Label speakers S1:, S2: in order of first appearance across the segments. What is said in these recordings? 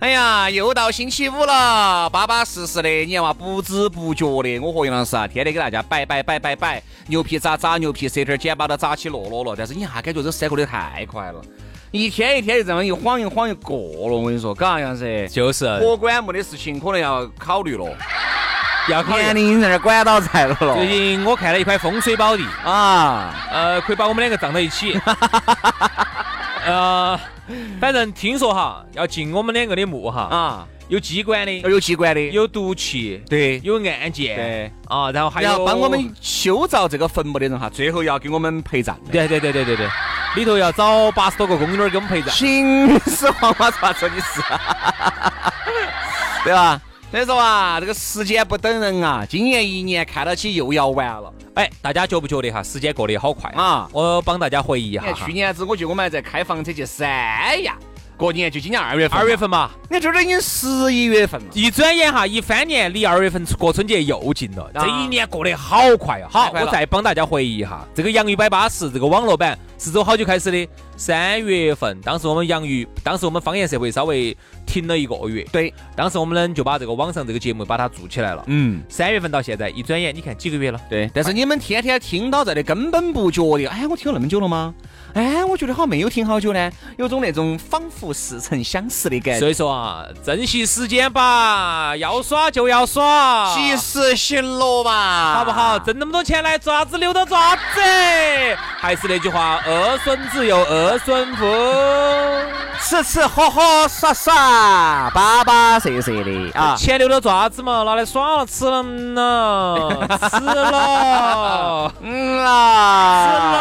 S1: 哎呀，又到星期五了，巴巴适适的，你看嘛，不知不觉的，我和杨老师啊，天天给大家摆摆摆摆摆，牛皮碴碴，牛皮舌头尖巴都扎起落落了。但是你还感觉这塞过得太快了，一天一天就这么一晃一晃一过了。我跟你说，嘎杨子，
S2: 就是啊
S1: 博管目的事情可能要考虑了，
S2: 要考虑
S1: 年龄在那儿管到在了
S2: 最
S1: 了
S2: 近我看了一块风水宝地，
S1: 啊。
S2: 呃，可以把我们两个葬到一起。 呃，反正听说哈，要进我们两个的墓哈，
S1: 啊，
S2: 有机关的，
S1: 要有机关的，
S2: 有毒气，
S1: 对
S2: 有案件，
S1: 对
S2: 啊，然后还
S1: 然
S2: 有
S1: 后帮我们修造这个坟墓的人哈，最后要给我们陪葬。
S2: 对对对对对对，里头要找八十多个宫女儿给我们陪葬。
S1: 秦始皇嘛，啥子你是，对吧？所以说啊，这个时间不等人啊，今年一年看到起又要完了。
S2: 哎，大家觉不觉得哈，时间过得好快
S1: 啊
S2: 我帮大家回忆一
S1: 你
S2: 下
S1: 看
S2: 哈
S1: 去，年子，我觉得我们还在开房车去三亚，过年就今年二月份，
S2: 二月，份嘛，
S1: 你看这都已经十一月份了。
S2: 一转眼哈，一翻年离二月份过春节又近了，这一年过得好快啊！好
S1: 啊太，快
S2: 我
S1: 了
S2: 再帮大家回忆一下，这个洋芋摆巴士这个网络版是走好久开始的？三月份，当时我们洋芋，当时我们方言社会稍微停了一个月，
S1: 对，
S2: 当时我们呢就把这个网上这个节目把它做起来了。
S1: 嗯，
S2: 三月份到现在，一转眼你看几个月了？
S1: 对。但是你们天天听到这里，根本不觉得，哎，我听了那么久了吗？哎，我觉得好像没有听好久呢，有种那种仿佛似曾相识的感觉
S2: 所。以说啊，珍惜时间吧，要耍就要耍，
S1: 及时行乐吧，
S2: 好不好？挣那么多钱来做啥子？留到做啥子？还是那句话，儿孙自有儿孙福。
S1: 吃吃喝喝耍耍，巴巴适适的啊！
S2: 钱留到做啥子嘛？拿来耍了，吃了嗯 了，吃了，吃
S1: 嗯啦，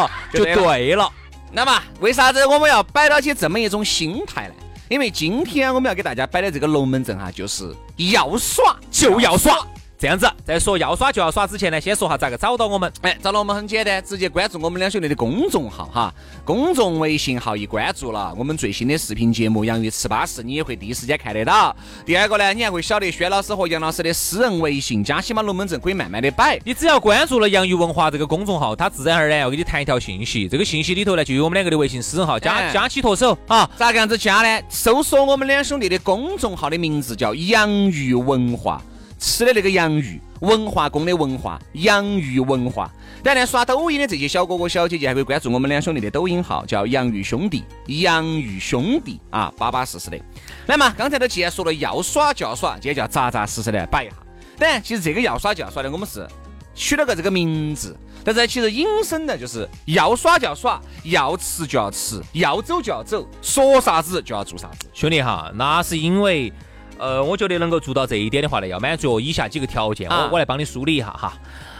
S2: 了，就
S1: 啊就这样
S2: 对了。
S1: 那么为啥子我们要摆到起这么一种心态呢？因为今天我们要给大家摆的这个龙门阵哈，就是要耍
S2: 就要耍。这样子，在说要耍就要耍之前呢，先说下咋个找到我们。
S1: 哎，找到我们很简单，直接关注我们两兄弟的公众号哈，公众微信号一关注了，我们最新的视频节目《洋芋吃巴适》，你也会第一时间看得到。第二个呢，你还会晓得轩老师和杨老师的私人微信加喜马龙门阵，可以慢慢的摆。
S2: 你只要关注了“洋芋文化”这个公众号，它自然而然要给你弹一条信息。这个信息里头呢，就有我们两个的微信私人号，加
S1: 哎
S2: 加起脱手啊。
S1: 咋个样子加呢？搜索我们两兄弟的公众号的名字叫“洋芋文化”，吃的那个洋芋，文化宫的文化，洋芋文化。当然，刷抖音的这些小哥哥小姐姐还可以关注我们两兄弟的抖音号，叫“洋芋兄弟”，洋芋兄弟啊，巴巴适适的。那么刚才都既然说了要耍就要耍，今天就要扎扎实实的摆一下。当然，其实这个要耍就要耍呢，我们是取了个这个名字，但是其实引申呢，就是要耍就要耍，要吃就要吃，要走就要走，说啥子就要做啥子。
S2: 兄弟哈，那是因为，呃，我觉得能够做到这一点的话呢，要满足以下几个条件，
S1: 啊
S2: 我我来帮你梳理一下哈。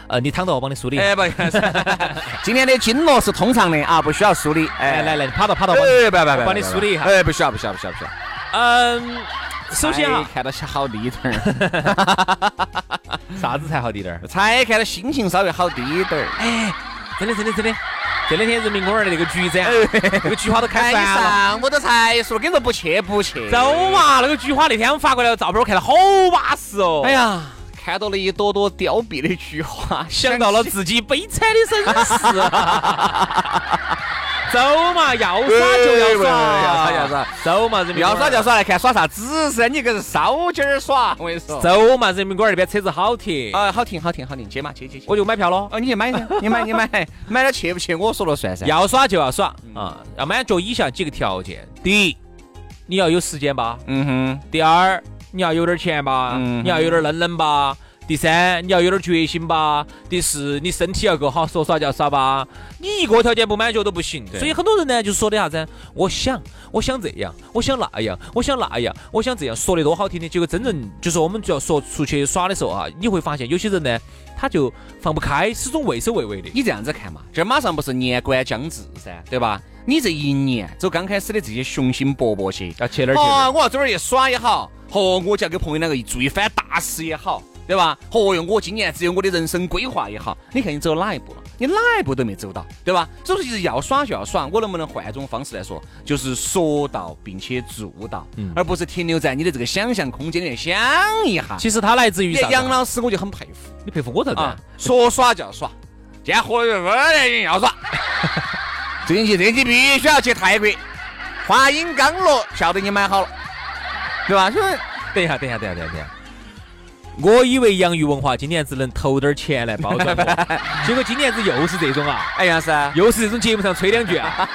S2: 呃，你躺到我帮你梳理一下。
S1: 哎，不， 今天的经络是通畅的啊，不需要梳理。
S2: 来
S1: 哎，
S2: 来
S1: 来，
S2: 来，趴到趴到，
S1: 哎，
S2: 帮你
S1: 不要不要不要，
S2: 帮你梳理一下
S1: 哎，不需要不需要不需要不需要。
S2: 嗯，首先
S1: 哎
S2: 哈，
S1: 看到些好滴点儿，哎
S2: 啥子才好滴点儿？
S1: 才看到心情稍微好滴点儿。
S2: 哎，真的真的真的，这两天人民公园的那个菊展，那个菊花都开
S1: 哎
S2: 烦了。
S1: 上午都才说，跟你说不去不去。
S2: 走啊嘛，那个菊花那天我发过来的照片，我看了好巴适哦。
S1: 哎，呀，看到了一朵朵凋敝的菊花，
S2: 想到了
S1: 起
S2: 自己悲惨的身世。 走嘛，要耍就要耍，
S1: 哎要耍就要耍，
S2: 走嘛，人民公园
S1: 要耍就耍，来看耍啥子噻？你这是烧鸡儿耍， 我跟你说。
S2: 走嘛，人民公园那边车子好停，
S1: 哦啊，好停好停好停，接嘛接接接。
S2: 我就买票喽。
S1: 哦，你去买噻， 你买你买，买了去不去我说了算噻。
S2: 要耍就要耍啊，要满足以下几个条件：第一，你要有时间吧；
S1: 嗯哼，
S2: 第二，你要有点钱吧；
S1: 嗯
S2: 你要有点能能吧；第三，你要有点决心吧。第四，你身体要够好，说耍就要耍吧。你一个条件不满足都不行。所以很多人呢，就是说的啥子？我想，我想这样，我想那样，我想那样，我想这样，说的多好听的。结果真正就是我们只要说出去耍的时候啊，你会发现有些人呢，他就放不开，始终畏首畏尾的。
S1: 你这样子看嘛，这马上不是年关将至噻，对吧？你这一年走刚开始的这些雄心勃勃些，
S2: 要啊去哪儿去哪儿？
S1: 哦，我要这儿一耍也好，和我就要跟朋友两个一做一番大事也好，对吧？和哟，我今年只有我的人生规划也好，你看你走哪一步了？你哪一步都没走到，对吧？所以说，其实要耍就要耍，我能不能换一种方式来说，就是说到并且做到，
S2: 嗯
S1: 而不是停留在你的这个想象空间里面想一下。
S2: 其实他来自于
S1: 你
S2: 啥
S1: 看
S2: 子
S1: 杨
S2: 啊？
S1: 老师，我就很佩服。
S2: 你佩服我啥子
S1: 啊
S2: 啊？，
S1: 说耍就要耍，今天喝了就人要 耍。这星期这星期必须要去泰国，华阴刚乐晓得你买好了，对吧？所以
S2: 等一下，等一下，等一下，等一下。我以为洋芋文化今年只能投点儿钱来包装 我，结果今年子又是这种啊，
S1: 哎，杨老师，
S2: 又是这种节目上吹两句 啊，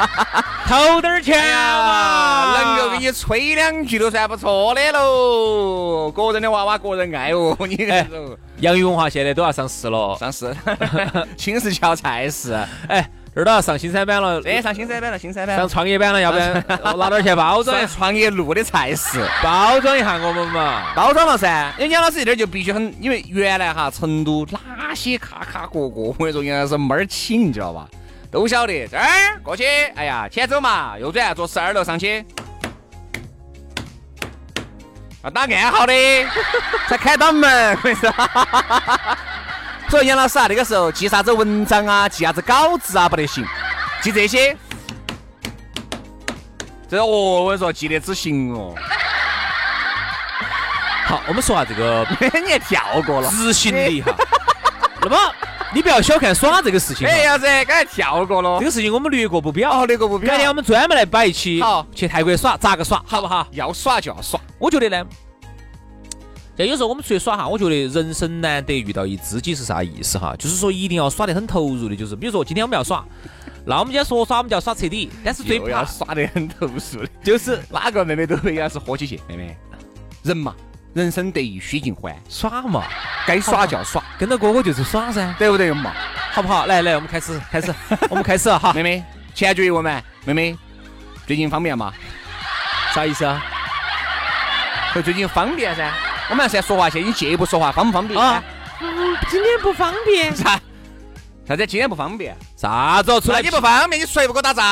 S2: 投点儿钱啊
S1: 哎
S2: 嘛，
S1: 呀，能够给你吹两句都算不错的喽。个人的娃娃，个人爱哦， 你这种
S2: 洋芋文化现在都要上市了，
S1: 上市， 青石桥菜市，
S2: 哎，这儿都要上新三板了，
S1: 哎，上新三板了，新三板
S2: 上
S1: 了，
S2: 创业板了，要不然我拿点儿钱包装
S1: 上创业路的菜市。
S2: 包装一下我们嘛。
S1: 包装了噻，因为杨老师这点就必须很，因为原来哈成都哪些卡卡角角， 我跟你说杨老师没儿起，你知道吧？都晓得这儿过去，哎呀，前走嘛，右转，坐十二楼上去，要啊打暗号的，才开到门，我跟你说。 所以杨老师啊，那个时候记啥子文章啊，记啥子稿子啊，不得行，记这些。这哦，我跟你说，记得之行哦，
S2: 好，我们说下这 个
S1: 你还跳过了。
S2: 执行力 哈。那么你不要小看耍这个事情哈，
S1: 哎，杨子，刚才跳过了
S2: 这。个事情我们略过不表。
S1: 哦，那个不
S2: 改天我
S1: 表，
S2: 们专门来摆一期，
S1: 好
S2: 去泰国耍，咋个耍，好不好？
S1: 要耍就要耍。
S2: 我觉得呢，在有时候我们出去耍哈，我觉得人生难得遇到一知己是啥意思哈？就是说一定要耍得很投入的，就是比如说今天我们要耍，那我们今天说耍我们就要耍彻底，但是最
S1: 又
S2: 怕
S1: 要哎耍得很投诉的，就是哪个妹妹都被杨是豁起去，妹妹，人嘛，人生得意须尽欢，
S2: 耍嘛，
S1: 该耍就要耍，
S2: 跟着哥哥就是耍噻，
S1: 对不对 嘛？
S2: 好不好？来来，我们开始开始，我们开始啊 了哈，
S1: 妹妹，前脚一问嘛，妹妹，最近方便吗？
S2: 啥意思啊？哦
S1: 说最近方便噻，我们先说话先，你进一步说话方不方便？
S2: 啊
S1: 啊，
S2: 今天不方便。
S1: 啥？啥子？今天不方便？
S2: 啥子哦？出
S1: 那
S2: 来
S1: 你不方便，你出来不给我打招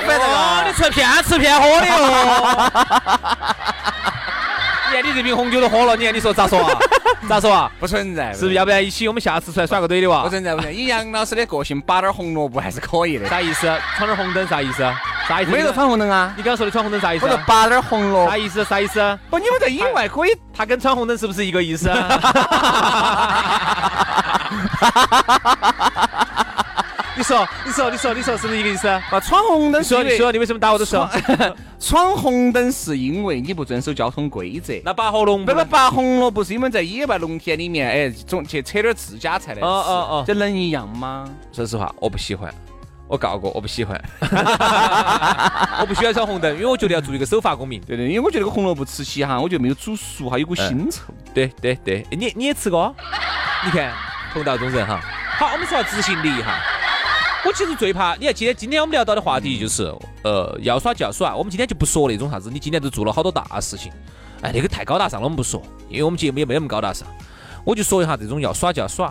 S1: 呼
S2: 哦，
S1: 噻
S2: 你？出来骗吃骗喝的哟！ 你看你这瓶红酒都喝了，你看你说咋说啊？咋说啊？
S1: 不存在，
S2: 是不是？要不然一起我们下次出来耍个堆的哇
S1: 不？存在不存在，以杨老师的个性，拔点儿红萝卜还是可以的。
S2: 啥意思？闯点红灯啥意思？啥意思？
S1: 没得
S2: 你刚
S1: 闯红灯啊，
S2: 你刚刚说的闯红灯啥意思
S1: 我？就拔点儿红萝卜
S2: 啥。意思？啥意思？
S1: 不，你们在野外可以
S2: 他跟闯红灯是不是一个意 思？你说，你说，你说，你说是不是一个意思？
S1: 啊，闯红灯
S2: 你说，你说，你为什么打我的手？
S1: 闯红灯是因为你不遵守交通规则。
S2: 那拔火龙
S1: 那么拔红萝卜是因为在野外农田里面，哎，总去扯点自家菜来吃，
S2: 哦哦哦
S1: 这能一样吗？
S2: 说实话，我不喜欢。我告过，我不喜欢， 我不喜欢闯红灯，因为我觉得要做一个守法公民。
S1: 对对，因为我觉得这个红萝卜吃起哈，我觉得没有煮熟哈，有股腥臭。
S2: 对对对，你你也吃过，你看同道中人哈。好，我们说下执行力哈。我其实最怕，你看今天今天我们聊到的话题就是，呃，要耍就要耍。我们今天就不说那种啥子，你今天都做了好多大事情，哎，那个太高大上了，我们不说，因为我们节目也没那么高大上。我就说一下这种要耍就要耍。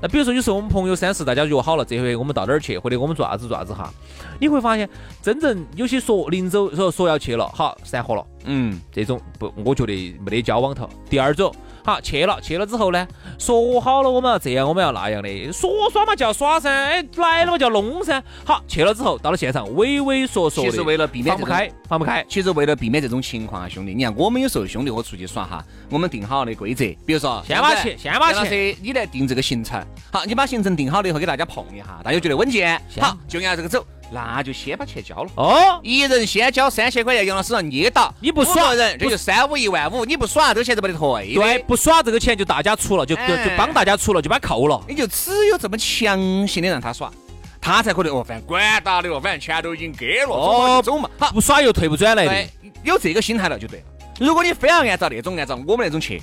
S2: 那比如说有时候我们朋友三四大家约好了，这回我们到哪儿去，或者我们做啥子做啥子哈，你会发现真正有些说临走说说要去了，好散伙了。
S1: 嗯，
S2: 这种不，我觉得没得交往头。第二种，好去了，去了之后呢，说好了我们要这样，我们要那样的，说耍嘛就要耍噻，哎来了嘛就要弄噻。好，去了之后哎到了现场畏畏缩缩
S1: 其
S2: 的，
S1: 实为了避免
S2: 放
S1: 这
S2: 不
S1: 种
S2: 开，放不开。
S1: 其实为了避免这种情况啊，兄弟，你看我们有时候兄弟伙出去耍哈，我们定好的规则，比如说
S2: 先把钱
S1: 现
S2: 先把钱
S1: 钱，你来定这个行程。好，你把行程定好了以后，给大家碰一下，大家觉得稳健，
S2: 先
S1: 好，就按这个走，那就先把钱交了。
S2: 哦，
S1: 一人先交三千块钱，杨老师让捏到，
S2: 你不耍
S1: 五个人这
S2: 不
S1: 就三五一万五，你不耍这个钱就没得退的。
S2: 对，不耍这个钱就大家出了，就就
S1: 哎
S2: 就帮大家出了，就把扣了。
S1: 你就只有这么强行的让他耍，他才可能哦，反正管他的哦，反正钱都已经给了，走
S2: 哦
S1: 嘛就走嘛。好，
S2: 不耍又退不转来的
S1: 哎对，，有这个心态了就对了。如果你非要按照那种按照我们那种去，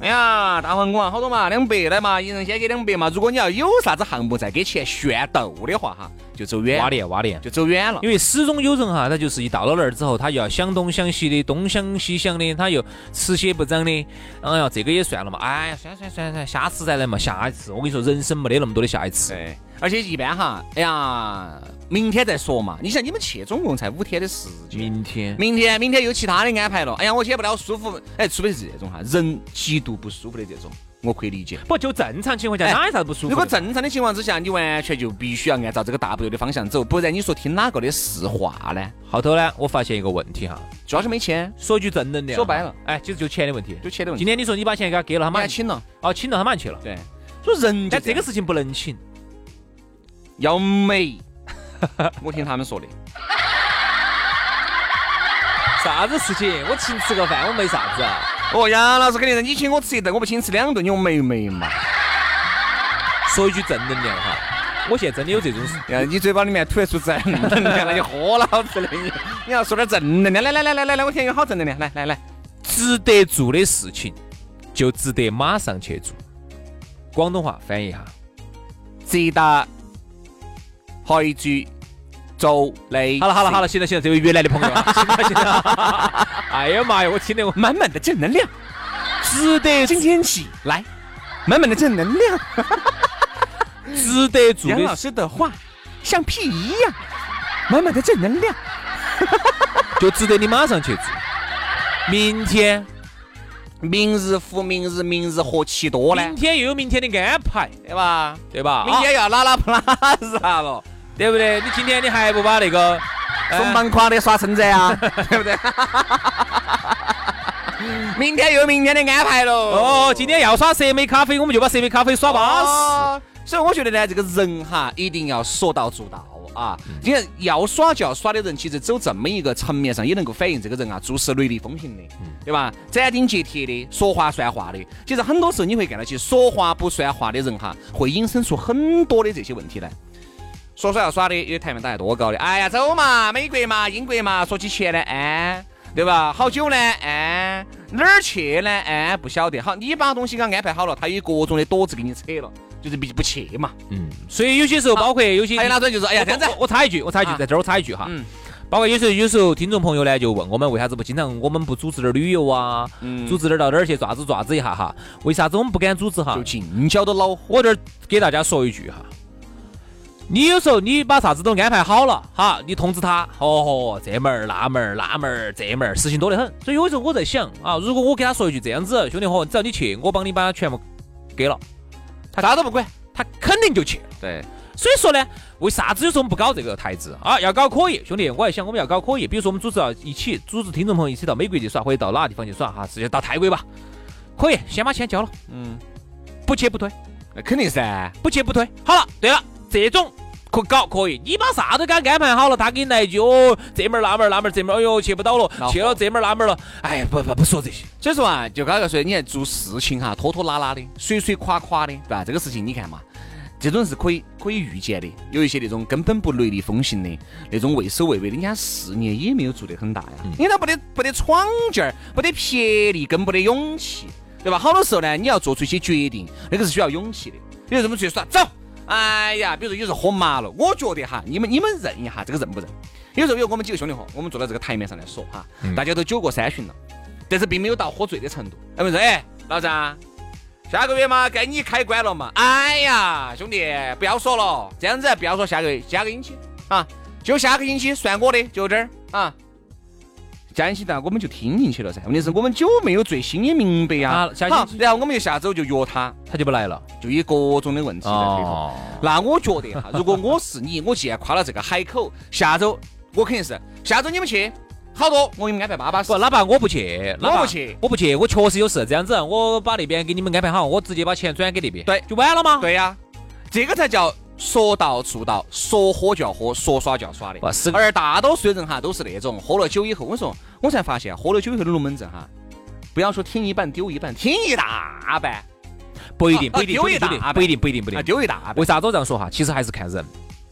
S1: 哎呀，大黄瓜啊好多嘛，两百的嘛，一人先给两百嘛。如果你要有啥子项目再给钱炫斗的话，哈，就走远
S2: 挖
S1: 了，
S2: 脸挖脸。
S1: 就走远了。
S2: 因为始终有人哈，他就是一到了那儿之后，他又要想东想西的，东想西想的，他又吃些不长的。哎呀，这个也算了嘛，哎呀，算算算算，下次再来嘛，下一次。我跟你说，人生没得那么多的下一次。
S1: 对，哎而且一般哈，哎呀，明天再说嘛。你想，你们去总共才五天的时间，
S2: 明天
S1: 明天明天有其他的安排了。哎呀，我今天不到舒服，哎，除非是这种哈，人极度不舒服的这种，我可以理解。
S2: 不就正常情况下
S1: 哎
S2: 哪有啥子不舒服的？
S1: 如果正常的情况之下，你完全就必须要按照这个大不对的方向走，不然你说听哪个的是话呢？
S2: 后头呢，我发现一个问题哈，
S1: 主要是没钱，
S2: 说句正能量，
S1: 说白了，
S2: 哎，其实就钱的问题。
S1: 就钱的问
S2: 今
S1: 题。
S2: 天你说你把钱给他给了，他
S1: 他
S2: 马
S1: 还
S2: 上去，
S1: 请了，
S2: 哦，请了他马上去了。
S1: 对，所以人就
S2: 但这
S1: 样
S2: 个事情不能请，
S1: 要美， 我听他们说的。
S2: 啥子事情？我请吃个饭，我没啥子啊。
S1: 哦，杨老师肯定是你请我吃一顿，我不请吃两顿，你有没没 嘛？
S2: 说一句正能量哈，我现在真的有这种事。
S1: 呀，你嘴巴里面吐出正能量了，你喝老子的你！ 你要说点正能量，来来来来来来，我听有好正能量，来来来，
S2: 值得做的事情，就值得马上去做。广东话翻译一下，
S1: 直达去住做你。
S2: 好了好了好了，，行了行了，这位越南的朋友，啊 行了行了，哎呀妈呀，我听得我
S1: 满满的正能量，
S2: 值得
S1: 今天起来，满满的正能量。
S2: 值得做
S1: 杨老
S2: 的，
S1: 师的话像屁一样，满满的正能量。
S2: 就值得你马上去做。明天，
S1: 明日复明日，明日何其多呢
S2: 明？天又有明天的安排，
S1: 对吧？
S2: 对吧？
S1: 明天要拉拉不拉啥了，
S2: 啊对不对？你今天你还不把那个 呃
S1: 松绑垮的耍撑子呀， 对不对？明天又有明天的安排喽。
S2: 哦，今天要耍蛇莓咖啡，我们就把蛇莓咖啡耍巴适。
S1: 巴适。所以我觉得呢，这个人哈，一定要说到做到啊！你看，要耍就要耍的人，其实走这么一个层面上，也能够反映这个人啊，做事雷厉风行的，对吧？斩钉截铁的，说话算话的。其实很多时候你会看到，其实说话不算话的人哈，会引申出很多的这些问题来。说耍要耍的，有台面打得多高的，哎呀，走嘛，美国嘛，英国嘛，说起钱来，哎，对吧？好久呢，哎，哪儿去呢？哎，不晓得。好，你把东西给他安排好了，他有各种的躲子给你扯了，就是不不去嘛。
S2: 嗯，所以有些时候，包括有些
S1: 还有哪种就是，哎呀，这样子
S2: 我，我我插一句，我插一句，
S1: 啊
S2: 在这儿我插一句 哈。
S1: 嗯
S2: 包括有时候，有时候听众朋友呢就问我们为啥子不经常我们不组织点儿旅游啊，
S1: 嗯
S2: 组织点儿到哪儿去爪子爪子一下哈？为啥子我们不敢组织哈
S1: 就？近郊的恼火。
S2: 我这儿给大家说一句哈，你有时候你把啥子都安排好了哈，你通知他，哦吼，这门儿那门儿那门儿这门儿，事情多得很。所以有时候我在想啊，如果我给他说一句这样子，兄弟伙，只要你去，我帮你把全部给了，
S1: 他啥都不管。
S2: 他肯定就去。
S1: 对，
S2: 所以说呢，为啥子有时候我们不搞这个台子啊？要搞可以，兄弟，我还想我们要搞可啊以，比如说我们组织到一起，组织听众朋友一起到美国去耍，或者到哪个地方去耍哈，直接到泰国吧，可以，先把钱交了，
S1: 嗯，
S2: 不去不退，
S1: 那肯定噻。
S2: 不去不退。好了，对了，这种。可搞可以，你把啥都给他安排好了，他给你来一句哦，这门儿那门儿那门儿这门儿，哎呦去不到了
S1: 恼，火
S2: 去了这门儿那门儿了，哎呀不不不说这些，
S1: 所以说啊，就刚才说，你看做事情哈，拖拖拉拉的，水水垮垮的，对吧？这个事情你看嘛，这种是可以可以预见的。有一些那种根本不雷厉风行的，那种畏首畏尾的，人家事业也没有做得很大呀，因为他没得没得闯劲儿，没得魄力，更没得勇气，对吧？好多时候呢，你要做出一些决定，那个是需要勇气的。比如这么去耍，走。哎呀，比如说有时候喝麻了，我觉得哈，你们你们认一下这个认不认？有时候，比如我们几个兄弟伙，我们坐到这个台面上来说哈，
S2: 嗯
S1: 大家都酒过三巡了，但是并没有到喝醉的程度。他们说，哎，老张，下个月嘛该你开关了嘛。哎呀，兄弟，不要说了，这样子不要说下个月，下个星期啊，就下个星期算我的，就这儿啊。下星期呢，我们就听进去了噻。问题是我们酒没有醉，心也明白呀
S2: 啊。下星
S1: 好
S2: 期，
S1: 然后我们就下周就约他，
S2: 他就不来了。哦
S1: 就有各种的问题在推头。那我觉得哈，如果我是你，我既然夸了这个海口，下周我肯定是下周你们去，好多我给你们安排巴巴适
S2: 不，。哪怕我不去，哪怕
S1: 我不去
S2: 我不去，我确实有事。这样子，我把那边给你们安排好，我直接把钱转给那边，
S1: 对
S2: 就完了吗？，
S1: 对呀、这个才叫说到做到，说喝就要喝，说耍就要耍的。
S2: 不是
S1: 而大多数人哈都是那种喝了酒以后，我说我才发现喝了酒以后的龙门阵哈，不要说听一半丢一半，听一大半
S2: 不一定，
S1: 啊
S2: 不一定，
S1: 啊
S2: 不一定，
S1: 丢一大
S2: 不一定，不一定，不一
S1: 啊，
S2: 定。
S1: 丢一大半
S2: 为。啥子我这样说哈？其实还是看人。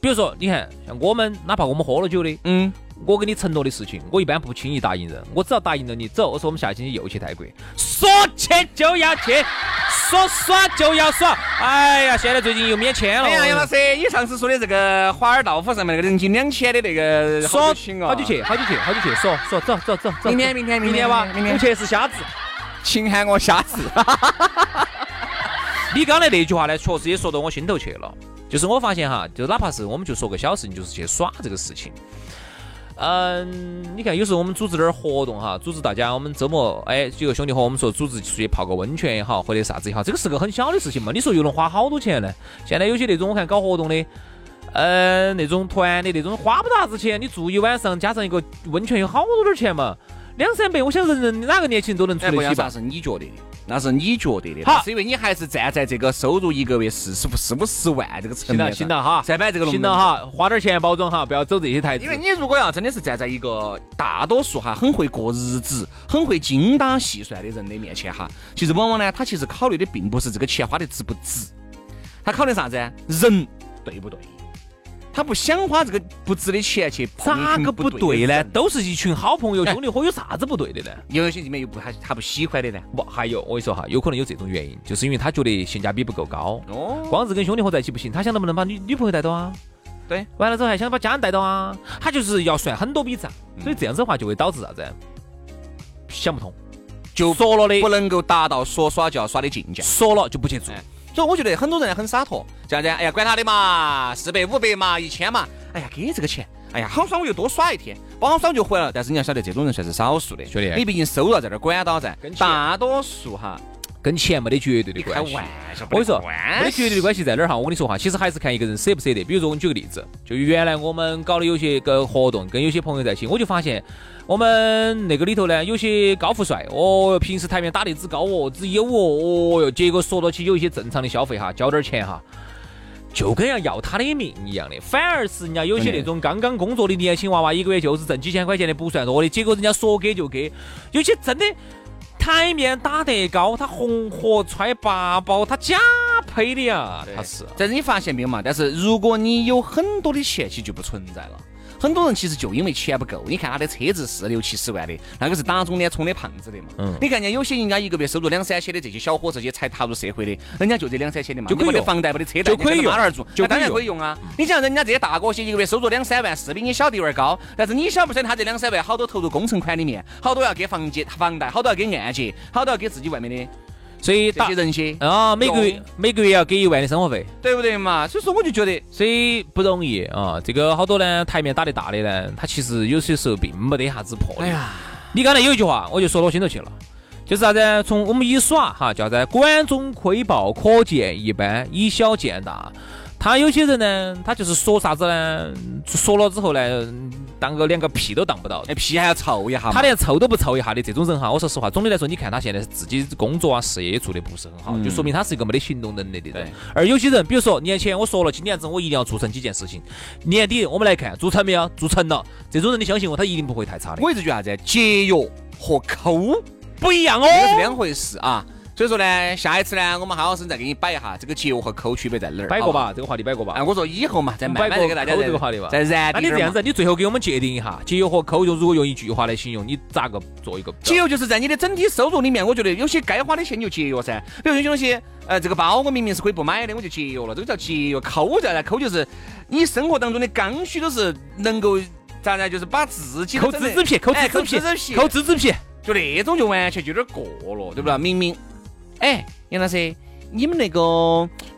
S2: 比如说，你看，像我们，哪怕我们喝了酒的，
S1: 嗯，
S2: 我跟你承诺的事情，我一般不轻易答应人。我只要答应了你，走，我说我们下星期又去泰国，说去就要去，说耍就要耍。哎呀，现在最近又免签了。
S1: 哎呀，杨老师，你上次说的这个华尔道夫上面那个人均两千的那个，
S2: 说
S1: 好久请哦，
S2: 好久去，好久去，好久去，说说走走走走。
S1: 明天明天
S2: 明天哇，我去吃虾子。
S1: 请喊我瞎子。
S2: 你刚才那句话呢，确实也说到我心头去了。就是我发现哈，就哪怕是我们就说个小事情，就是去耍这个事情。嗯，你看有时候我们组织点儿活动哈，组织大家我们周末哎几个兄弟伙，我们说组织出去泡个温泉也好，或者啥子也好，这个是个很小的事情嘛。你说又能花好多钱呢？现在有些那种我看搞活动的，嗯，那种团的那种花不大子钱，你住一晚上加上一个温泉有好多点儿钱嘛，两三百，我想人人哪个年轻人都能出
S1: 哎，不
S2: 得
S1: 要
S2: 起吧
S1: 啥？是你觉得的，那是你觉得的，
S2: 好
S1: 那是因为你还是站在这个收入一个月四十四五十万这个层
S2: 行
S1: 面
S2: 了
S1: 上
S2: 行了哈，
S1: 再摆这个龙
S2: 行了
S1: 门
S2: 哈，花点钱包装哈，不要走这些台子
S1: 因。为你如果要真的是站在一个大多数哈很会过日子、很会精打细算的人的面前哈，其实往往呢，他其实考虑的并不是这个钱花的值不值，他考虑啥子啊？人对不对？他不想花这个不值的钱去碰一
S2: 咋
S1: 群
S2: 个不对呢？
S1: 的人
S2: 都是一群好朋友
S1: 哎
S2: 兄弟伙，有啥子不对的呢？
S1: 有些里面又不他他不喜欢的呢。
S2: 不，还有我跟你说哈，有可能有这种原因，就是因为他觉得性价比不够高，
S1: 哦，
S2: 光是跟兄弟伙在一起不行，他想能不能把女女朋友带到啊？
S1: 对，
S2: 完了之后还想把家人带到啊，他就是要算很多笔账，
S1: 嗯
S2: 所以这样子的话就会导致啥子？想不通，
S1: 就
S2: 说了的
S1: 不，能够达到说耍就要耍的境界。
S2: 说了就不去
S1: 哎
S2: 做。
S1: 所以我觉得很多人很洒脱，这样子，哎呀，管他的嘛，四百、五百嘛，一千嘛，哎呀，给这个钱，哎呀， 好爽我就多耍一天，不好爽就回来了。但是你要晓得，这种人算是少数的，
S2: 兄弟
S1: 你毕竟收入在这儿管到噻
S2: 跟，钱
S1: 大多数哈，
S2: 跟钱没得绝对的
S1: 你开
S2: 关系。
S1: 玩笑，
S2: 我跟你说，没
S1: 没
S2: 得绝对的关系在哪儿哈？我跟你说哈，其实还是看一个人舍不舍得。比如说，我给你举个例子，就原来我们搞的有些个活动，跟有些朋友在一起，我就发现我们那个里头呢，有些高富帅，哦哟，平时台面打得之高哦，之有哦，哦哟，结果说到起有一些正常的消费哈，交点钱哈。就跟要要他的命一样的，反而是人家有些那种刚刚工作的年轻娃娃，一个月就是挣几千块钱的不算多的，结果人家说给就给，有些真的台面打得高，他红火揣八宝，他假配的呀，他是。
S1: 但是你发现没有嘛？但是如果你有很多的钱，其实就不存在了。很多人其实就因为钱不够，你看他的车子是六七十万的，那个是打肿脸充的胖子的嘛。
S2: 嗯
S1: 你看人家有些人家一个月收入两三千的这些小伙子，些才踏入社会的，人家就这两三千的嘛，
S2: 就可以
S1: 你把这
S2: 用
S1: 房贷把的车贷
S2: 就可以
S1: 你
S2: 用
S1: 跟他妈老汉儿住，
S2: 就可以
S1: 那当然
S2: 用
S1: 可以用啊。你像人家这些大哥些一个月收入两三万，是比你小的有点高，但是你晓不晓得他这两三万好多投入工程款里面，好多要给房借房贷，好多要给按揭，好多要给自己外面的
S2: 所以
S1: 这
S2: 打
S1: 些人些，
S2: 啊，每个月
S1: 懂
S2: 每个月要给一万的生活费，
S1: 对不对嘛？所以说我就觉得。
S2: 所以不容易啊。这个好多呢，台面打得大的呢，他其实有些时候并没得啥子魄力。
S1: 哎呀，
S2: 你刚才有一句话，我就说到心头去了。就是啥子？从我们一耍哈，叫啥？管中窥豹，可见一斑，以小见大。他有些人呢，他就是说啥子呢？说了之后呢，当个连个屁都当不到。
S1: 哎，屁还要凑一下嘛。
S2: 他连凑都不凑一下的这种人哈，我说实话，总的来说，你看他现在自己工作啊、事业做得不是很好，就说明他是一个没得行动能力的人
S1: 嗯对。
S2: 而有些人，比如说年前我说了，今年子我一定要做成几件事情，年底我们来看做成没有，做成了，这种人你相信我，他一定不会太差的。
S1: 我一直觉得啥子，节约和抠
S2: 不一样哦
S1: 这个是两回事啊。所以说呢，下一次呢，我们好好生再给你摆一下这个节约和抠区别在哪儿，
S2: 摆过
S1: 好不好？
S2: 吧，这个话题摆过吧
S1: 哎，。我说以后嘛，再慢慢
S2: 摆
S1: 的
S2: 过
S1: 给大家
S2: 抠
S1: 再
S2: 这个话题吧
S1: 再燃
S2: 那
S1: 点
S2: 你这
S1: 儿
S2: 样
S1: 嘛。
S2: 子，你最后给我们界定一下，节约和抠用，如果用一句话来形容，你咋个做一个？
S1: 节约就是在你的整体收入里面，我觉得有些该花的钱你就节约噻。比如有些东西，呃，这个包我明明是可以不买的，我就节约了，这个叫节约。抠在抠就是你生活当中的刚需都是能够咋呢，就是把自己的
S2: 抠
S1: 整
S2: 自制
S1: 个
S2: 皮，抠
S1: 哎
S2: 自制皮
S1: 抠自制，皮
S2: 抠自制皮。
S1: 就那种就完全就有点过了，对不啦？明明，哎，杨老师，你们那个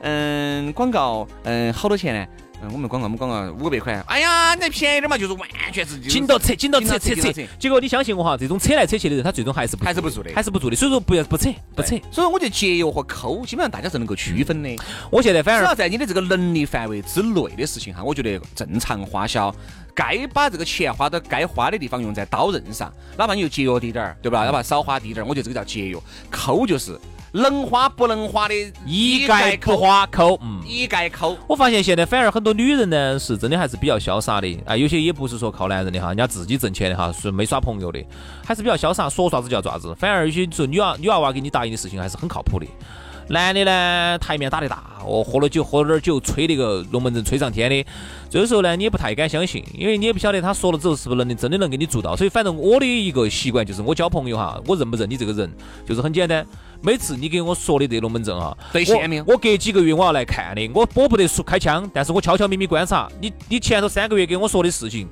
S1: 嗯广告嗯好多钱呢？嗯，我们广告我们广告五百块。哎呀，那便宜点嘛，就是完全是就是
S2: 紧到扯，紧到扯，扯
S1: 紧到扯
S2: 扯。结果你相信我哈，这种扯来扯去的人，他最终还是不
S1: 还是不做的
S2: 还是不做的。所以说不要不扯，不扯
S1: 对。所以我觉得节约和抠基本上大家是能够区分的，只
S2: 我现在反而
S1: 要在你的这个能力范围之内的事情哈，我觉得正常花销。该把这个钱花到该花的地方，用在刀刃上，哪怕你就节约滴点儿，对吧？哪怕少花滴点儿，我觉得这个叫节约。抠就是能花不能花的，
S2: 一概不花抠，嗯。
S1: 一概抠。
S2: 我发现现在反而很多女人呢，是真的还是比较潇洒的啊，有些也不是说靠男人的哈，人家自己挣钱的哈，是没耍朋友的，还是比较潇洒，说啥子就要啥子。反而有些说女娃女娃娃给你答应的事情还是很靠谱的。男的呢，台面打得大，哦，喝了酒，喝了点酒，吹那个龙门阵吹上天的。这个时候呢，你也不太敢相信，因为你也不晓得他说了之后是不是能真的能给你做到。所以，反正我的一个习惯就是，我交朋友哈，我认不认你这个人，就是很简单。每次你给我说的这龙门阵哈，
S1: 兑现没有
S2: 我我隔几个月我要来看的，我我不得说开枪，但是我悄悄咪咪观察你，你前头三个月给我说的事情，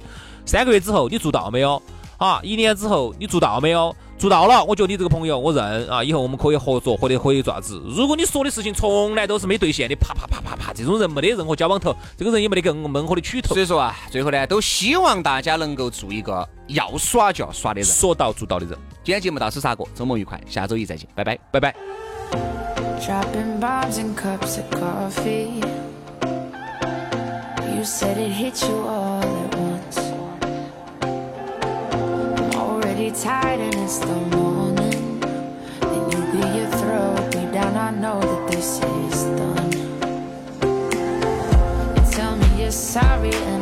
S2: 三个月之后你做到没有？啊，一年之后你做到没有？做到了，我觉得你这个朋友我认啊，以后我们可以合作，或者可以咋子？如果你说的事情从来都是没兑现的，啪啪啪啪啪，这种人没得任何交往头，这个人也没得更闷火的取头
S1: 所。以说啊，最后呢，都希望大家能够做一个要耍就要耍的人。
S2: 说到做到的人，
S1: 今天节目到此杀过，周末愉快，下周一再见，拜拜。
S2: 拜拜。
S3: Dropping bombs and cups of coffee. You said it hit you all at once. I'm already tired and it's the morning. Then you clear your throat. Deep down, I know that this is done. You tell me you're sorry. And